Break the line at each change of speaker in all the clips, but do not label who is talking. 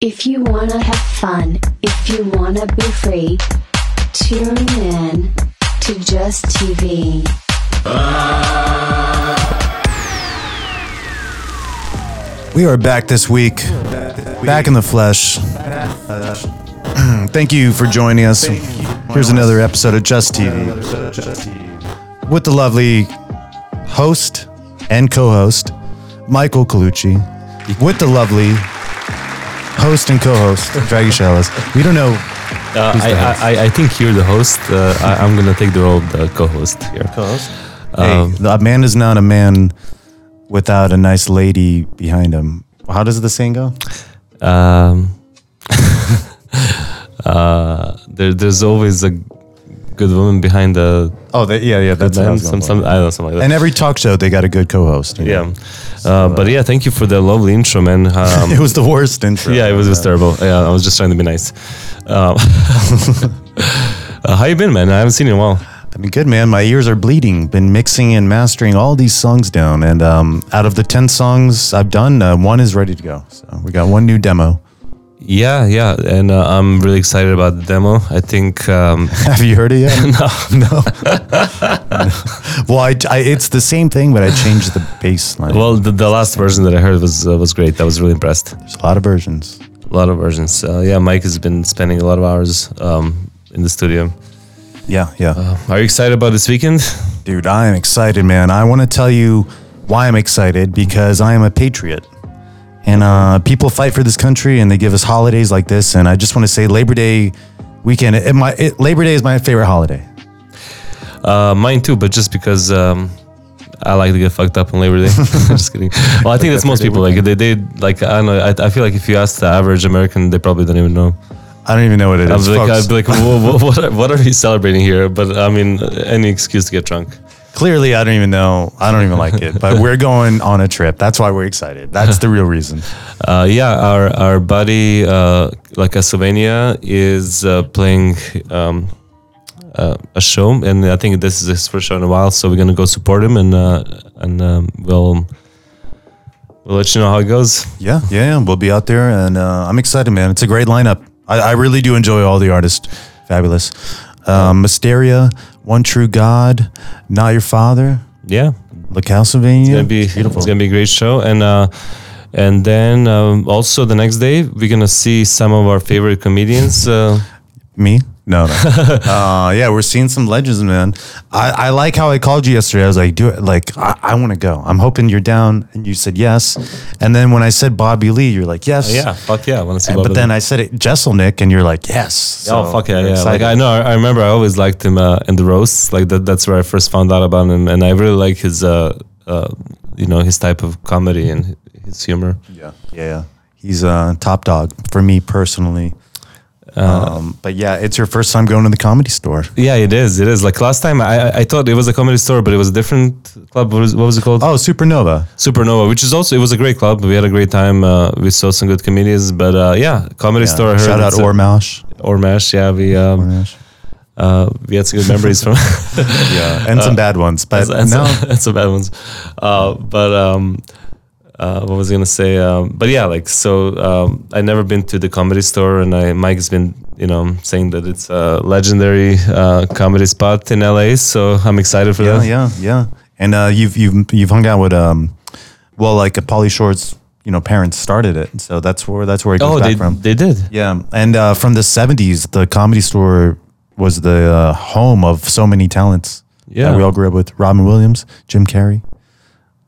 If you wanna have fun, if you wanna be free, tune in to Just TV.
We are back this week, back in the flesh. Thank you for joining us. Here's another episode of Just TV with the lovely host and co host, Michael Colucci, with the lovely host and co host, Draghi Shallis. We don't know.
Uh,
Who's
I,
the host?
I, I, I think you're the host. Uh, I, I'm gonna take the role of the co-host here. Um,
Hey, a man is not a man without a nice lady behind him. How does the saying go?
Um, uh, there, there's always a good woman behind the
Oh, they, yeah, yeah, that's
band. Some, some, I don't know, something like
And
that.
every talk show, they got a good co host.
yeah, uh, but yeah, thank you for the lovely intro, man. Um,
it was the worst intro.
yeah, it was just terrible. Yeah, I was just trying to be nice. Um, uh, how you been, man? I haven't seen you in a while.
I've been good, man. My ears are bleeding. Been mixing and mastering all these songs down, and um, out of the ten songs I've done, uh, one is ready to go. So we got one new demo.
Yeah, yeah, and uh, I'm really excited about the demo. I think um,
Have you heard it yet?
no,
no. well, I, I, it's the same thing, but I changed the bass line.
Well, the, the last version that I heard was uh, was great. I was really impressed.
There's a lot of versions.
A lot of versions. Uh, yeah, Mike has been spending a lot of hours um, in the studio. Uh,
Yeah, yeah.
Are you excited about this weekend?
Dude, I am excited, man. I want to tell you why I'm excited because I am a patriot. And uh, people fight for this country and they give us holidays like this. And I just want to say Labor Day weekend, it, my, it, Labor Day is my favorite holiday.
Uh, mine too, but just because um, I like to get fucked up on Labor Day. just kidding. Well, I think that's most people. Like they, they like I don't know. I, I feel like if you ask the average American, they probably don't even know.
I don't even know what it
I'd
is.
be like,
folks.
I'd be like "Wha- wha- what, are, what are we celebrating here? But I mean, any excuse to get drunk.
Clearly, I don't even know. I don't even like it. But we're going on a trip. That's why we're excited. That's the real reason.
Uh, yeah, our our buddy uh, like Castlevania is uh, playing um, uh, a show, and I think this is his first show in a while. So we're gonna go support him, and uh, and um, we'll we'll let you know how it goes.
Yeah, yeah, yeah. We'll be out there, and uh, I'm excited, man. It's a great lineup. I, I really do enjoy all the artists. Fabulous. Um, Mysteria, One True God, Not Your Father,
Yeah,
La Castlevania.
it's gonna be
beautiful.
It's gonna be a great show, and uh, and then um, also the next day we're gonna see some of our favorite comedians. Uh,
Me? No, no. uh, yeah, we're seeing some legends, man. I, I like how I called you yesterday. I was like, do it. Like, I, I want to go. I'm hoping you're down. And you said yes. And then when I said Bobby Lee, you're like, yes.
Oh, yeah, fuck yeah, I want to see.
And-
Bobby
but then I said it, Jesselnick, and you're like, yes. So
oh fuck yeah,
we're
yeah! Like
excited.
I know, I I remember I always liked him uh, in the roasts. Like that, that's where I first found out about him, and I really like his, uh, uh, you know, his type of comedy and his humor.
Yeah, yeah, yeah. He's a top dog for me personally.
Uh,
um, but yeah, it's your first time going to the comedy store.
Yeah, it is. It is. Like last time, I I- I thought it was a comedy store, but it was a different club. What was, what was it called?
Oh, Supernova.
Supernova, which is also it was a great club. We had a great time. Uh, we saw some good comedians, but uh, yeah, comedy
Yeah.
store. I heard
Shout out
it's a-
Ormash.
Ormash. Yeah, we um,
Ormash.
uh, we had some good memories from.
Yeah, and some bad ones, but
Uh, that's,
no,
that's, that's a bad ones. Uh, but um, uh, what was I gonna say? Um, but yeah, like so, um, I never been to the comedy store, and I Mike's been you know saying that it's a legendary uh, comedy spot in LA. So I'm excited for
yeah,
that.
yeah, yeah. And uh, you've you've you've hung out with um, well, like uh, Polly Shore's, you know, parents started it, so that's where that's where it goes
Oh,
back
they
from.
they did.
Yeah, and uh, from the '70s, the comedy store was the uh, home of so many talents.
Yeah.
that we all grew up with Robin Williams, Jim Carrey,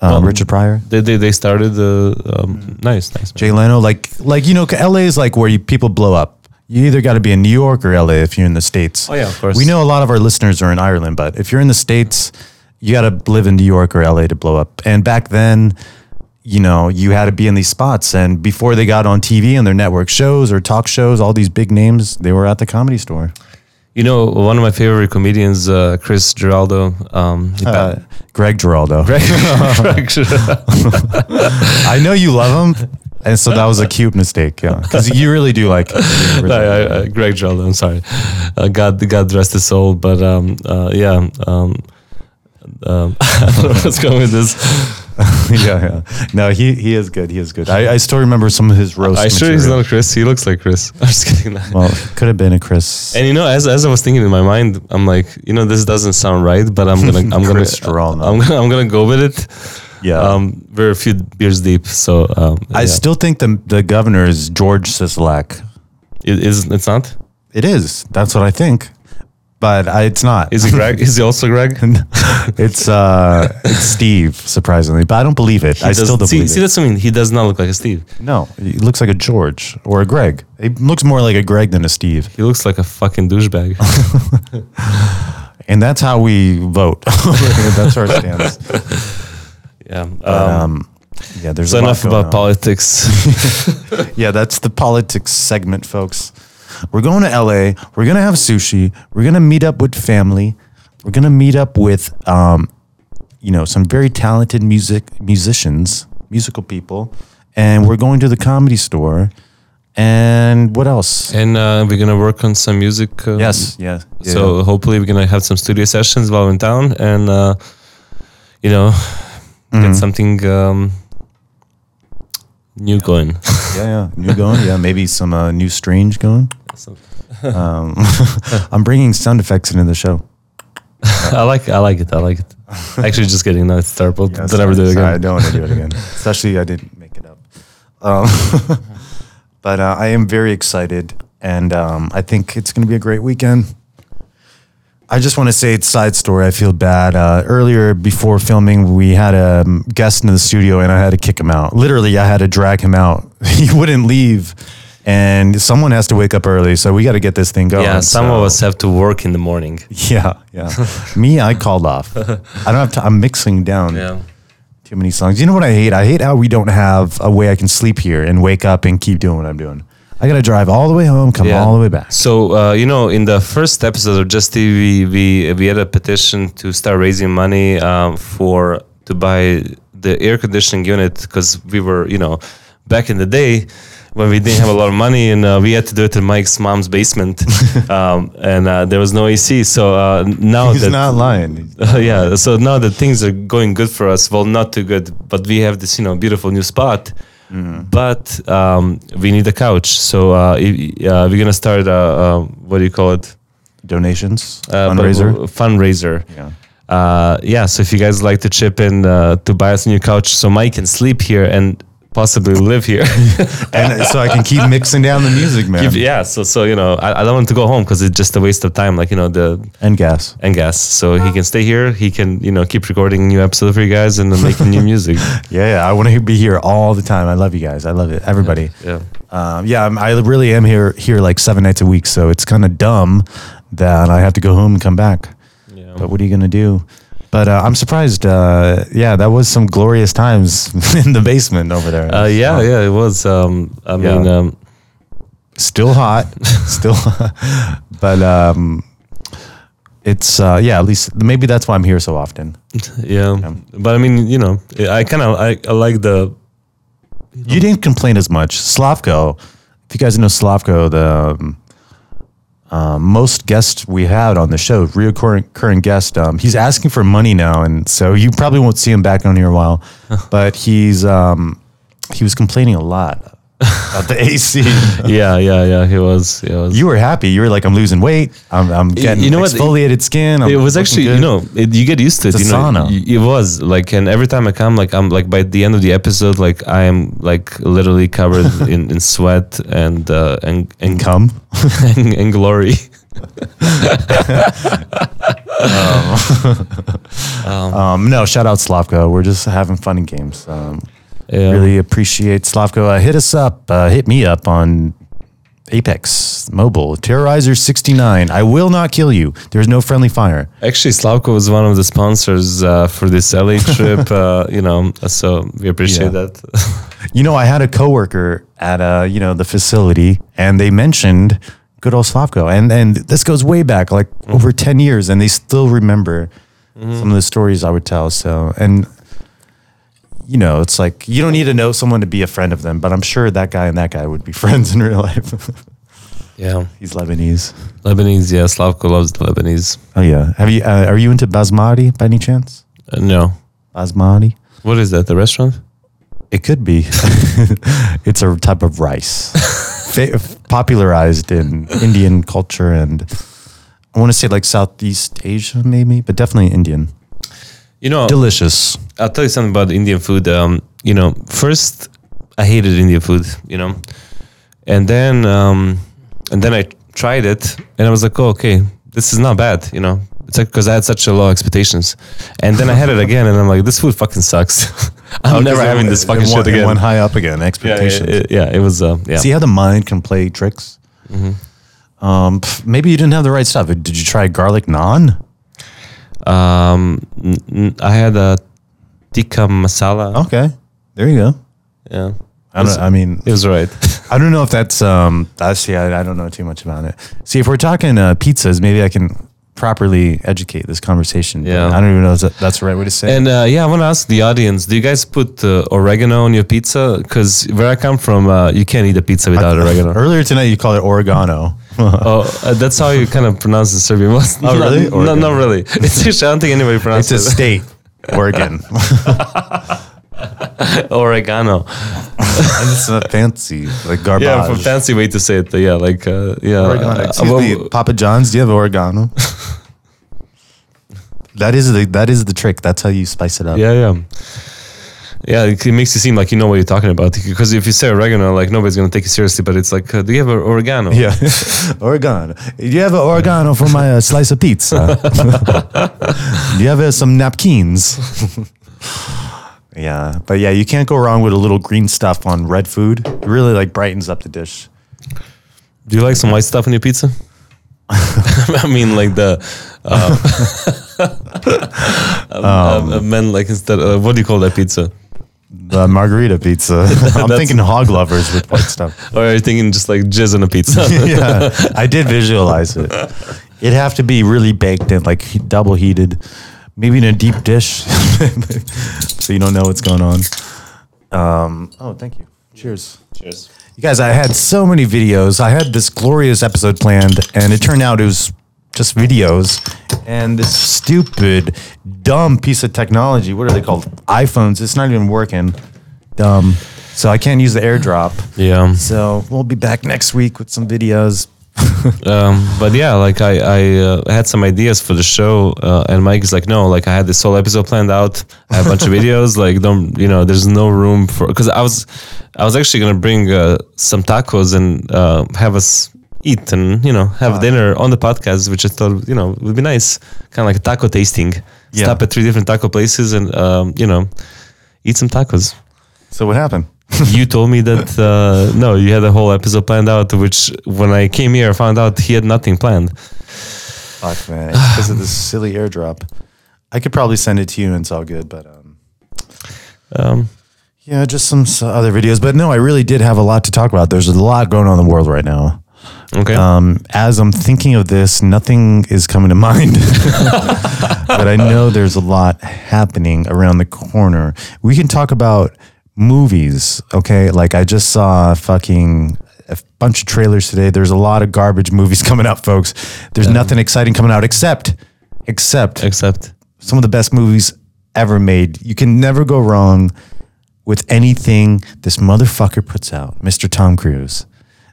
um,
Well,
Richard Pryor,
They they, they started the um, nice nice. man.
Mm-hmm. Jay Leno. Like, like you know, LA is like where you, people blow up. You either got to be in New York or LA if you're in the states.
Oh, yeah, of course.
We know a lot of our listeners are in Ireland, but if you're in the states, you got to live in New York or LA to blow up. And back then. You know, you had to be in these spots. And before they got on TV and their network shows or talk shows, all these big names, they were at the comedy store.
You know, one of my favorite comedians, uh, Chris Giraldo. Um, he
Uh,
passed-
Greg Giraldo.
Greg Giraldo.
I know you love him, and so that was a cute mistake. Yeah, because you really do like.
I, I, I, Greg Giraldo, I'm sorry. Uh, God, God rest his soul. But um, uh, yeah, um, um, I don't know what's going with this.
yeah, yeah. No, he he is good. He is good. I, I still remember some of his roast.
I sure he's
material.
not Chris. He looks like Chris. I'm just kidding.
Well, could have been a Chris.
and you know, as, as I was thinking in my mind, I'm like, you know, this doesn't sound right, but I'm gonna I'm gonna
Chris Strong.
I'm gonna I'm gonna go with it.
yeah.
Um, we're a few beers deep, so um,
I
yeah.
still think the the governor is George Sislak.
it is it's not.
It is. That's what I think. But I, it's not.
Is he Greg? is he also Greg?
it's uh it's Steve surprisingly, but I don't believe it. I
He
still
does-
don't
see,
believe
see,
it.
that's what I mean. He does not look like a Steve.
No, he looks like a George or a Greg. He looks more like a Greg than a Steve.
He looks like a fucking douchebag.
And that's how we vote. that's our stance.
yeah. Um,
Um, yeah, there's
so
a lot
enough
going
about
on.
politics.
Yeah, that's the politics segment, folks. We're going to LA. We're going to have sushi. We're going to meet up with family. We're going to meet up with, um, you know, some very talented music musicians, musical people, and we're going to the comedy store. And what else?
and uh, we're gonna work on some music. Uh,
yes, yes. yeah.
So hopefully we're gonna have some studio sessions while in town, and uh, you know,
Mm-hmm.
get something um, new going.
yeah, yeah, new going. Yeah, maybe some uh, new strange going.
So-
I'm bringing sound effects into the show.
I like, I like it, I like it. Actually, just kidding. No, it's terrible.
Yeah,
Don't ever do it
sorry, I
again.
don't want to do it again. Especially I didn't make it up. Um, but uh, I am very excited, and um, I think it's going to be a great weekend. I just want to say it's side story. I feel bad. Uh, earlier, before filming, we had a um, guest into the studio, and I had to kick him out. Literally, I had to drag him out. he wouldn't leave, and someone has to wake up early, so we got to get this thing going.
Yeah, some
so-
of us have to work in the morning.
Yeah, yeah. Me, I called off. I don't have to. I'm mixing down
Yeah.
too many songs. You know what I hate? I hate how we don't have a way I can sleep here and wake up and keep doing what I'm doing. I gotta drive all the way home, come
Yeah.
all the way back.
So uh, you know, in the first episode of Just TV, we we had a petition to start raising money um, for to buy the air conditioning unit because we were, you know, back in the day when we didn't have a lot of money and uh, we had to do it in Mike's mom's basement, um, and uh, there was no AC. So uh, now
He's
that
not lying.
yeah, so now that things are going good for us, well, not too good, but we have this, you know, beautiful new spot.
Mm-hmm.
But um, we need a couch, so uh, i- uh, we're gonna start. Uh, uh, what do you call it?
Donations,
Uh, but-
fundraiser.
fundraiser.
yeah.
Uh, yeah. So if you guys like to chip in uh, to buy us a new couch, so Mike can sleep here and possibly live here.
And so I can keep mixing down the music, man.
If- yeah. So so you know, I, I don't want to go home because it's just a waste of time. Like you know the
And gas.
and gas. So he can stay here. He can, you know, keep recording new episode for you guys and then making new music.
Yeah, yeah. I want to be here all the time. I love you guys. I love it. Everybody.
Yeah.
Um, yeah, I'm, I really am here here like seven nights a week. So it's kind of dumb that I have to go home and come back.
Yeah.
But what are you gonna do? But uh, I'm surprised. Uh, yeah, that was some glorious times in the basement over there.
Uh, yeah, yeah, it was. Um, I mean,
Yeah.
um,
still hot, still. but um, it's uh, yeah. At least maybe that's why I'm here so often.
yeah. But I mean, you know, I kind of I, I like the
You didn't complain as much. Slavko, if you guys know Slavko, the um, uh, most guests we had on the show, recurring current guest, um, he's asking for money now, and so you probably won't see him back on here a while. but he's um, he was complaining a lot about the AC.
yeah, yeah, yeah. He was, he was.
You were happy. You were like, I'm losing weight. I'm, I'm getting
you know what?
exfoliated skin. I'm
it was
looking
actually,
good."
you know, it, you get used to it.
It's a
you know,
sauna.
Y- It, was like, and every time I come, like, I'm like, by the end of the episode, like, I am like literally covered in, in sweat and uh, and and,
Come.
and and glory.
Um, no, shout out Slavko. We're just having fun and games. Um,
Yeah.
Really appreciate Slavko. Uh, hit us up. Uh, hit me up on Apex Mobile Terrorizer 69. I will not kill you. There's no friendly fire.
Actually, Slavko was one of the sponsors uh, for this LA trip. uh, you know, so we appreciate
Yeah.
that.
You know, I had a coworker at uh, you know the facility, and they mentioned good old Slavko, and and this goes way back, like over 10 years, and they still remember some of the stories I would tell. So and. You know, it's like you don't need to know someone to be a friend of them, but I'm sure that guy and that guy would be friends in real life.
yeah,
He's Lebanese.
Lebanese. Yeah, Slavko loves the Lebanese.
Oh yeah. Have you? Uh, are you into basmati by any chance?
Uh, no,
Basmati.
What is that? The restaurant?
It could be. it's a type of rice fa- popularized in Indian culture and I want to say like Southeast Asia, maybe, but definitely Indian.
You know,
Delicious.
I'll tell you something about Indian food. Um, you know, first I hated Indian food, you know, and then um, and then I tried it, and I was like, oh, okay, this is not bad, you know. It's like because I had such a low expectations, and then I had it again, and I'm like, this food fucking sucks. I'm never having this fucking
It went- it
shit again.
went high up again.
yeah,
Expectations.
it, it- yeah, it was. Uh, yeah, Mm-hmm.
See how the mind can play tricks? Um, pff, maybe you didn't have the right stuff. Did you try garlic naan?
um, n- n- I had a tikka masala.
Okay. There you go.
Yeah,
I, don't, I mean,
it was all right.
I don't know if that's um. I see. I, I don't know too much about it. See, if we're talking uh, pizzas, maybe I can properly educate this conversation. but
Yeah.
I don't even know if that, that's the right way to say. it.
And uh, yeah, I want to ask the audience: Do you guys put uh, oregano on your pizza? Because where I come from, uh, you can't eat a pizza without oregano.
Earlier tonight, you called it oregano.
oh, uh, that's how you kind of pronounce it in Serbian. Well,
Oh,
not-
really?
No, not
Oregano.
really. It's actually, I don't think anybody
it's a
pronounces it
state, Oregon.
oregano. Ah,
it's not uh, fancy, like garbage.
Yeah, for fancy way to say it. uh, Yeah, like uh, yeah.
Oregano.
uh,
Excuse
well,
me, Papa John's. Do you have oregano? that is the that is the trick. That's how you spice it up.
Yeah, yeah. Yeah, it it makes you seem like you know what you're talking about. Because if you say oregano, like nobody's gonna take you seriously. But it's like, uh, do you have oregano?
Yeah, oregano. Do you have an oregano for my uh, slice of pizza? Do you have uh, some napkins? yeah, but yeah, you can't go wrong with a little green stuff on red food. It really like brightens up the dish.
Do you like some white stuff on your pizza? I mean, like the. Uh, um, I meant like instead. Uh, what do you call that pizza?
The margarita pizza. I'm
That's-
thinking hog lovers with white stuff.
Or are you thinking just like jizz on a pizza?
yeah, I did visualize it. It'd have to be really baked and like he- double heated, maybe in a deep dish, so you don't know what's going on. Um, oh, thank you. Cheers.
Cheers.
You guys, I had so many videos. I had this glorious episode planned, and it turned out it was just videos and this stupid, dumb piece of technology. What are they called? iPhones. It's not even working. Dumb. So I can't use the airdrop.
Yeah.
So we'll be back next week with some videos.
Um, but yeah, like I, I uh, had some ideas for the show, uh, and Mike is like, no, like I had this whole episode planned out. I have a bunch of videos. Like, don't you know? There's no room for because I was, I was actually gonna bring uh, some tacos and uh, have us eat and you know have dinner on the podcast, which I thought you know would be nice, kind of like a taco tasting.
Yeah.
Stop at three different taco places and um, you know, eat some tacos
So what happened?
you told me that uh, no, you had a whole episode planned out. Which when I came here, I found out he had nothing planned.
Fuck, man. It's because of this silly airdrop. I could probably send it to you and it's all good, but. Um,
Um,
Yeah, just some s- other videos. But no, I really did have a lot to talk about. There's a lot going on in the world right now.
okay.
Um, as I'm thinking of this, nothing is coming to mind. but I know there's a lot happening around the corner. We can talk about movies, okay? Like I just saw fucking a bunch of trailers today. There's a lot of garbage movies coming out, folks. There's nothing exciting coming out except except
Uh, Except
some of the best movies ever made. You can never go wrong with anything this motherfucker puts out. Mr. Tom Cruise.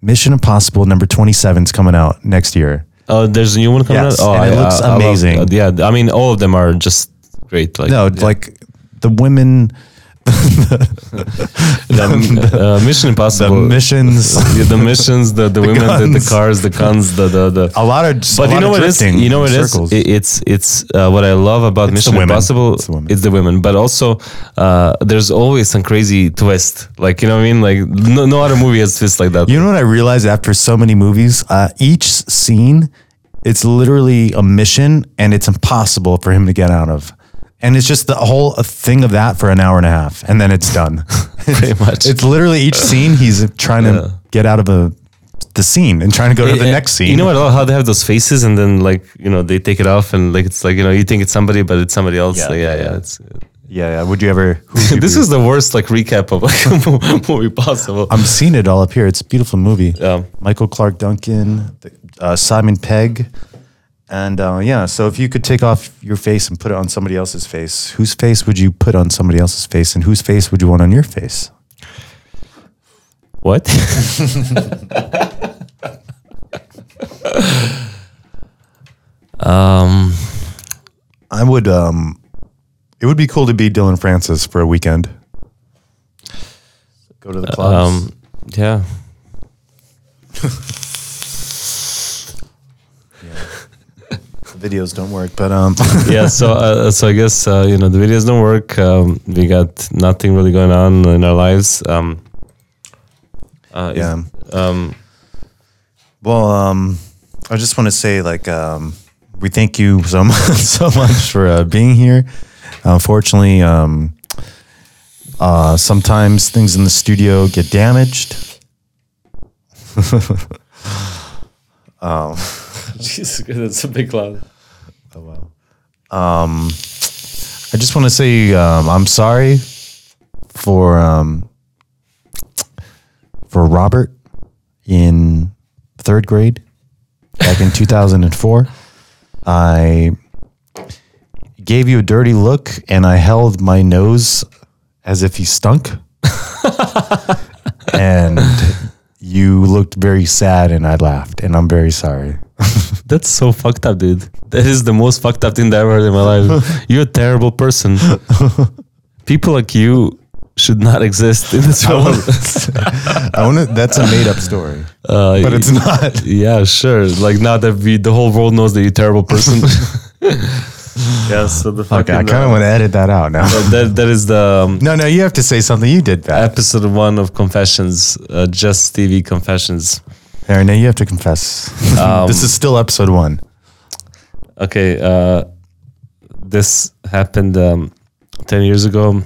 Mission Impossible number 27 is coming out next year.
oh, there's a new one coming
Yes,
out. Oh,
and it looks
love-
amazing.
uh, yeah, I mean, all of them are just great. Like
No,
no,
like the women,
uh, Mission
the
Impossible,
missions,
Yeah, the missions, the, the, women, the, the
guns.
cars, the guns, the the the.
a lot of just a
but
lot
you know
of
what it is?
drifting
You know what it is?
circles.
It- It's it's uh, what I love
It's
about
the
Mission
women.
Impossible.
It's the women.
It's the women, but also uh, there's always some crazy twist. Like you know what I mean? Like no, no other movie has twists like that.
You know what I realized after so many movies? Uh, each scene, it's literally a mission and it's impossible for him to get out of. And it's just the whole thing of that for an hour and a half and then it's done.
Pretty much.
it's literally each scene he's trying
Yeah.
to get out of a, the scene and trying to go to the
Eh, eh,
next scene.
You know what? How they have those faces, and then like you know they take it off, and like it's like you know you think it's somebody, but it's somebody else.
Yeah,
Like, Yeah, yeah.
yeah, yeah.
It's,
Yeah, yeah. Would you ever? who would you
this
be-
is the worst like recap of like a mo- movie possible.
I'm seeing it all up here. It's a beautiful movie.
Yeah.
Michael Clark Duncan, the- uh, Simon Pegg, And uh, yeah, so if you could take off your face and put it on somebody else's face, whose face would you put on somebody else's face, and whose face would you want on your face?
What? um,
I would. Um, it would be cool to be Dylan Francis for a weekend. Go to the clubs.
um, yeah.
Videos don't work, but um,
yeah, so uh, so I guess uh, you know the videos don't work. Um, we got nothing really going on in our lives. Um, uh, is-
yeah.
Um,
Well, um, I just want to say, like, um, we thank you so much, so much for uh, being here. Unfortunately, um, uh, sometimes things in the studio get damaged.
Jesus, that's a big cloud.
I just want to say um, I'm sorry for um, for Robert in third grade back in 2004. I gave you a dirty look and I held my nose as if he stunk. and you looked very sad and I laughed and I'm very sorry.
That's so fucked up, dude. That is the most fucked up thing that I've heard in my life. You're a terrible person. People like you should not exist in this world.
I want to, that's a made up story,
Uh,
but it's not.
yeah, sure. Like now that we, the whole world knows that you're a terrible person. yeah, so the uh,
Okay, I kind of want to edit that out now.
that that is the um,
No, no, you have to say something. You did that.
episode one of Confessions, uh, just TV Confessions.
Aaron, now you have to confess. this is still episode one.
Okay, uh, this happened um, ten years ago.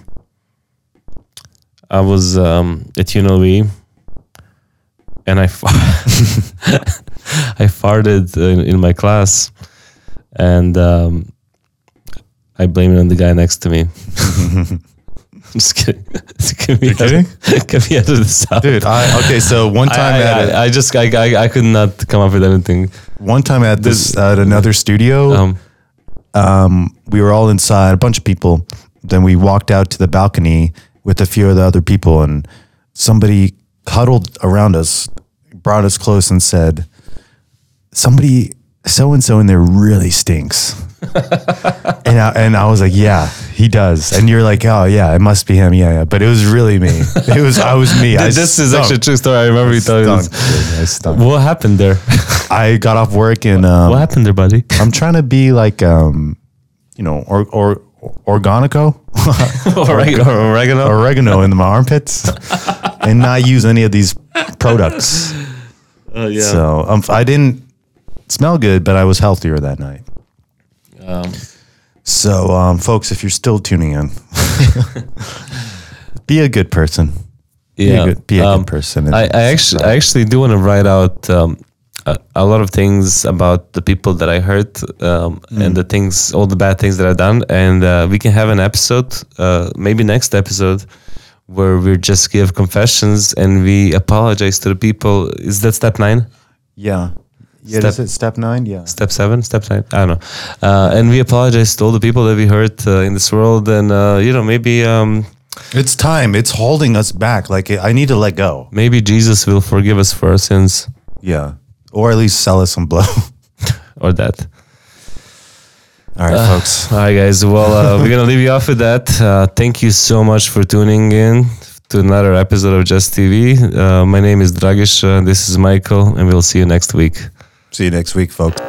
I was um, at UNLV, and I fa- I farted in, in my class, and um, I blame it on the guy next to me. Just kidding. Can we
kidding?
edit- Can we edit this out?
Dude, I, okay, so one time
I,
at a-
I, I just I, I I could not come up with anything.
one time at this at another studio,
Um,
we were all inside, a bunch of people. Then we walked out to the balcony with a few of the other people, and somebody huddled around us, brought us close, and said, "Somebody, so and so in there really stinks." and I, and I was like, "Yeah, he does." And you're like, "Oh yeah, it must be him." Yeah, yeah, but it was really me. It was I was me. I
this is actually a
stunk.
true story. I remember you telling
Stunk,
us.
dude. I stunk.
What happened there?
I got off work and um,
what happened there, buddy?
I'm trying to be like, um, you know, or or organico.
Oregano. oregano.
oregano in my armpits and not use any of these products.
Oh, yeah.
So um, I didn't smell good, but I was healthier that night.
Um,
So, um, folks, if you're still tuning in, be a good person. Be
yeah.
a good, be a
Um,
good person. and
I, I actually I actually do want to write out um, a, a lot of things about the people that I hurt um,
Mm.
and the things, all the bad things that I've done, and uh, we can have an episode, uh, maybe next episode, where we just give confessions and we apologize to the people. Is that step nine?
yeah. Yeah,
Step-
is it step nine? Yeah.
step seven, step nine. I don't know. Uh, and we apologize to all the people that we hurt uh, in this world, and uh, you know maybe um,
It's time. It's holding us back. Like, I need to let go.
maybe Jesus will forgive us for our sins
Yeah. Or at least sell us some blow.
or that.
All
Uh.
right, folks.
All right, guys. Well, uh, we're gonna leave you off with that. Uh, thank you so much for tuning in to another episode of Just TV. Uh, my name is Dragish. Uh, this is Michael, and we'll see you next week.
See you next week, folks.